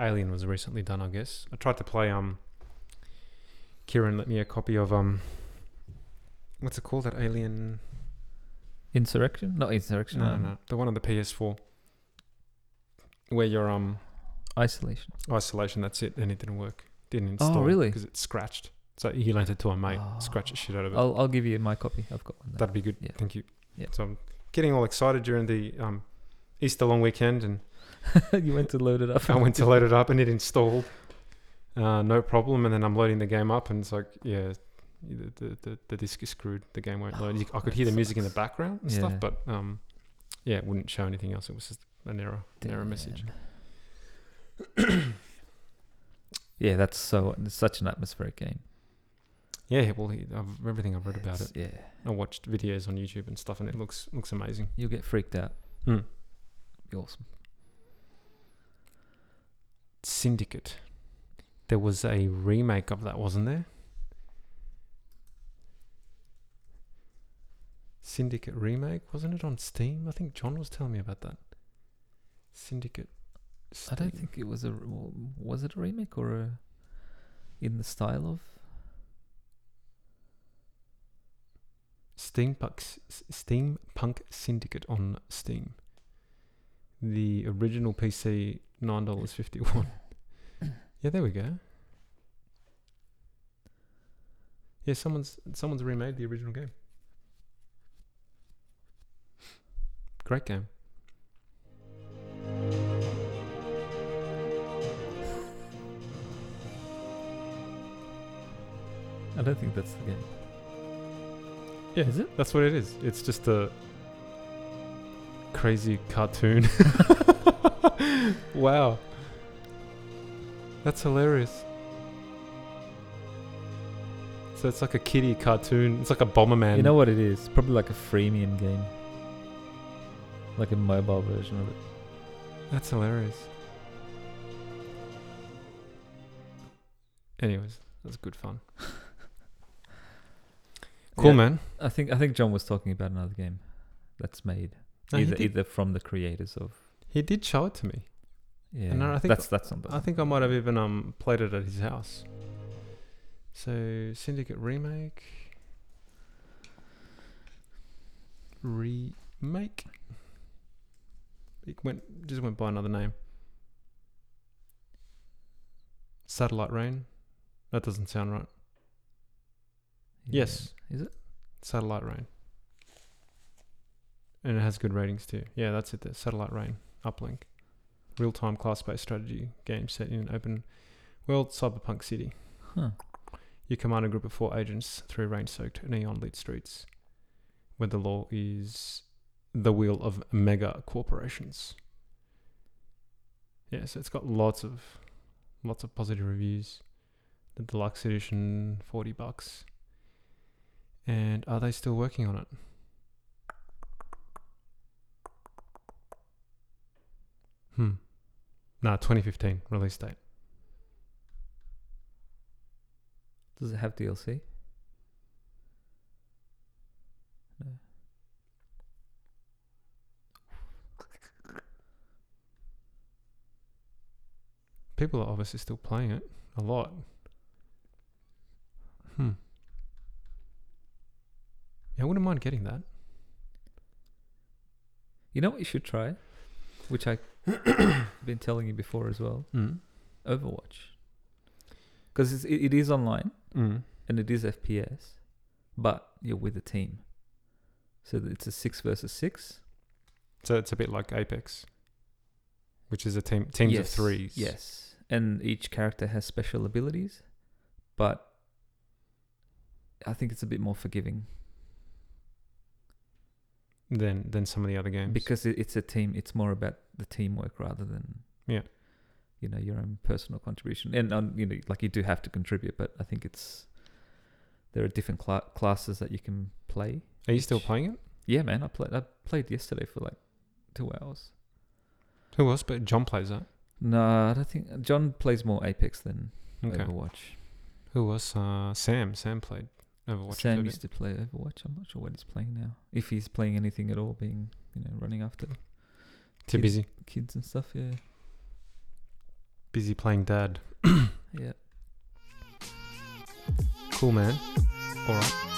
Speaker 2: Alien was recently done, I guess. I tried to play. Um. Kieran let me a copy of um. What's it called? That Alien.
Speaker 3: Insurrection? Not insurrection.
Speaker 2: No,
Speaker 3: um,
Speaker 2: no, the one on the PS4. Where you're um.
Speaker 3: Isolation.
Speaker 2: isolation. That's it. And it didn't work. Didn't
Speaker 3: Oh,
Speaker 2: install.
Speaker 3: really?
Speaker 2: Because it scratched. So he lent it to a mate. Scratch the
Speaker 3: Oh.
Speaker 2: shit out of it.
Speaker 3: I'll I'll give you my copy. I've got one. There.
Speaker 2: That'd be good.
Speaker 3: yeah.
Speaker 2: Thank you.
Speaker 3: Yeah.
Speaker 2: So I'm getting all excited during the um, Easter long weekend, and
Speaker 3: you went to load it up.
Speaker 2: I went to load it up, and it installed. Uh, no problem. And then I'm loading the game up, and it's like, yeah, the the, the, the disc is screwed. The game won't load. You- I could
Speaker 3: Oh, that
Speaker 2: hear the music in the
Speaker 3: sucks.
Speaker 2: background and stuff,
Speaker 3: Yeah.
Speaker 2: but um, yeah, it wouldn't show anything else. It was just an error, an error message.
Speaker 3: Damn. yeah, that's so it's such an atmospheric game.
Speaker 2: Yeah. Well, he, I've, everything I've read about it.
Speaker 3: It's- Yeah,
Speaker 2: I watched videos on YouTube and stuff, and it looks looks amazing.
Speaker 3: you'll get freaked out.
Speaker 2: Hmm.
Speaker 3: Be awesome.
Speaker 2: Syndicate. There was a remake of that, wasn't there? Syndicate remake, wasn't it on Steam? I think John was telling me about that. Syndicate.
Speaker 3: I don't
Speaker 2: Steam.
Speaker 3: think it was a re- was it a remake or a in the style of
Speaker 2: Steampunk, s- s- Steampunk Syndicate on Steam. The original PC nine dollars fifty one. Yeah, there we go. Yeah, someone's someone's remade the original game. Great game.
Speaker 3: I don't think that's the game.
Speaker 2: Yeah,
Speaker 3: Is it?
Speaker 2: That's what it is. It's just a crazy cartoon. wow. That's hilarious. So it's like a kiddie cartoon. It's like a Bomberman.
Speaker 4: You know what it is? Probably like a freemium game, like a mobile version of it.
Speaker 2: That's hilarious. Anyways, that's good fun. Cool,
Speaker 3: Yeah.
Speaker 2: man.
Speaker 3: I think I think John was talking about another game that's made
Speaker 2: No, he,
Speaker 3: either
Speaker 2: did,
Speaker 3: either from the creators of
Speaker 2: he did show it to me.
Speaker 3: yeah.
Speaker 2: no, I think-
Speaker 3: that's that's not.
Speaker 2: I think I might have even um played it at his house. So Syndicate remake, remake. It went just went by another name. Satellite Rain. That doesn't sound right.
Speaker 3: Yeah.
Speaker 2: Yes.
Speaker 3: Is it?
Speaker 2: Satellite Rain. And it has good ratings too. Yeah, that's it there. Satellite Rain. Uplink. Real time class based strategy game set in an open world cyberpunk city.
Speaker 3: Huh.
Speaker 2: You command a group of four agents through rain soaked, neon lit streets where the law is the wheel of mega corporations. Yeah, so it's got lots of lots of positive reviews. The deluxe edition, forty bucks. And are they still working on it? Hmm. Nah, 2015 release date.
Speaker 3: Does it have DLC? No.
Speaker 2: People are obviously still playing it a lot. Hmm. Yeah, I wouldn't mind getting that.
Speaker 3: You know what you should try, which I've been telling you before as well.
Speaker 2: Mm.
Speaker 3: Overwatch, because it, it is online
Speaker 2: Mm.
Speaker 3: and it is FPS, but you're with a team, so that it's a six versus six.
Speaker 2: So it's a bit like Apex, which is a team teams of
Speaker 3: Yes,
Speaker 2: threes.
Speaker 3: Yes, and each character has special abilities, but I think it's a bit more forgiving
Speaker 2: Than than some of the other games.
Speaker 3: because it, it's a team. It's more about the teamwork rather than
Speaker 2: Yeah.
Speaker 3: you know, your own personal contribution. And um, you know, like you do have to contribute, but I think it's there are different cla- classes that you can play.
Speaker 2: are you still playing it?
Speaker 3: Yeah, man, I played. I played yesterday for like two hours.
Speaker 2: Who else? But John plays that.
Speaker 3: No, I don't think John plays more Apex than
Speaker 2: Okay.
Speaker 3: Overwatch.
Speaker 2: Who was uh, Sam? Sam played Overwatch. a fair
Speaker 3: Sam
Speaker 2: bit.
Speaker 3: used to play Overwatch. I'm not sure what he's playing now. If he's playing anything at all, being you know running after
Speaker 2: Too
Speaker 3: to-
Speaker 2: busy.
Speaker 3: kids and stuff. Yeah,
Speaker 2: Busy playing dad.
Speaker 3: yeah.
Speaker 2: Cool man. All right.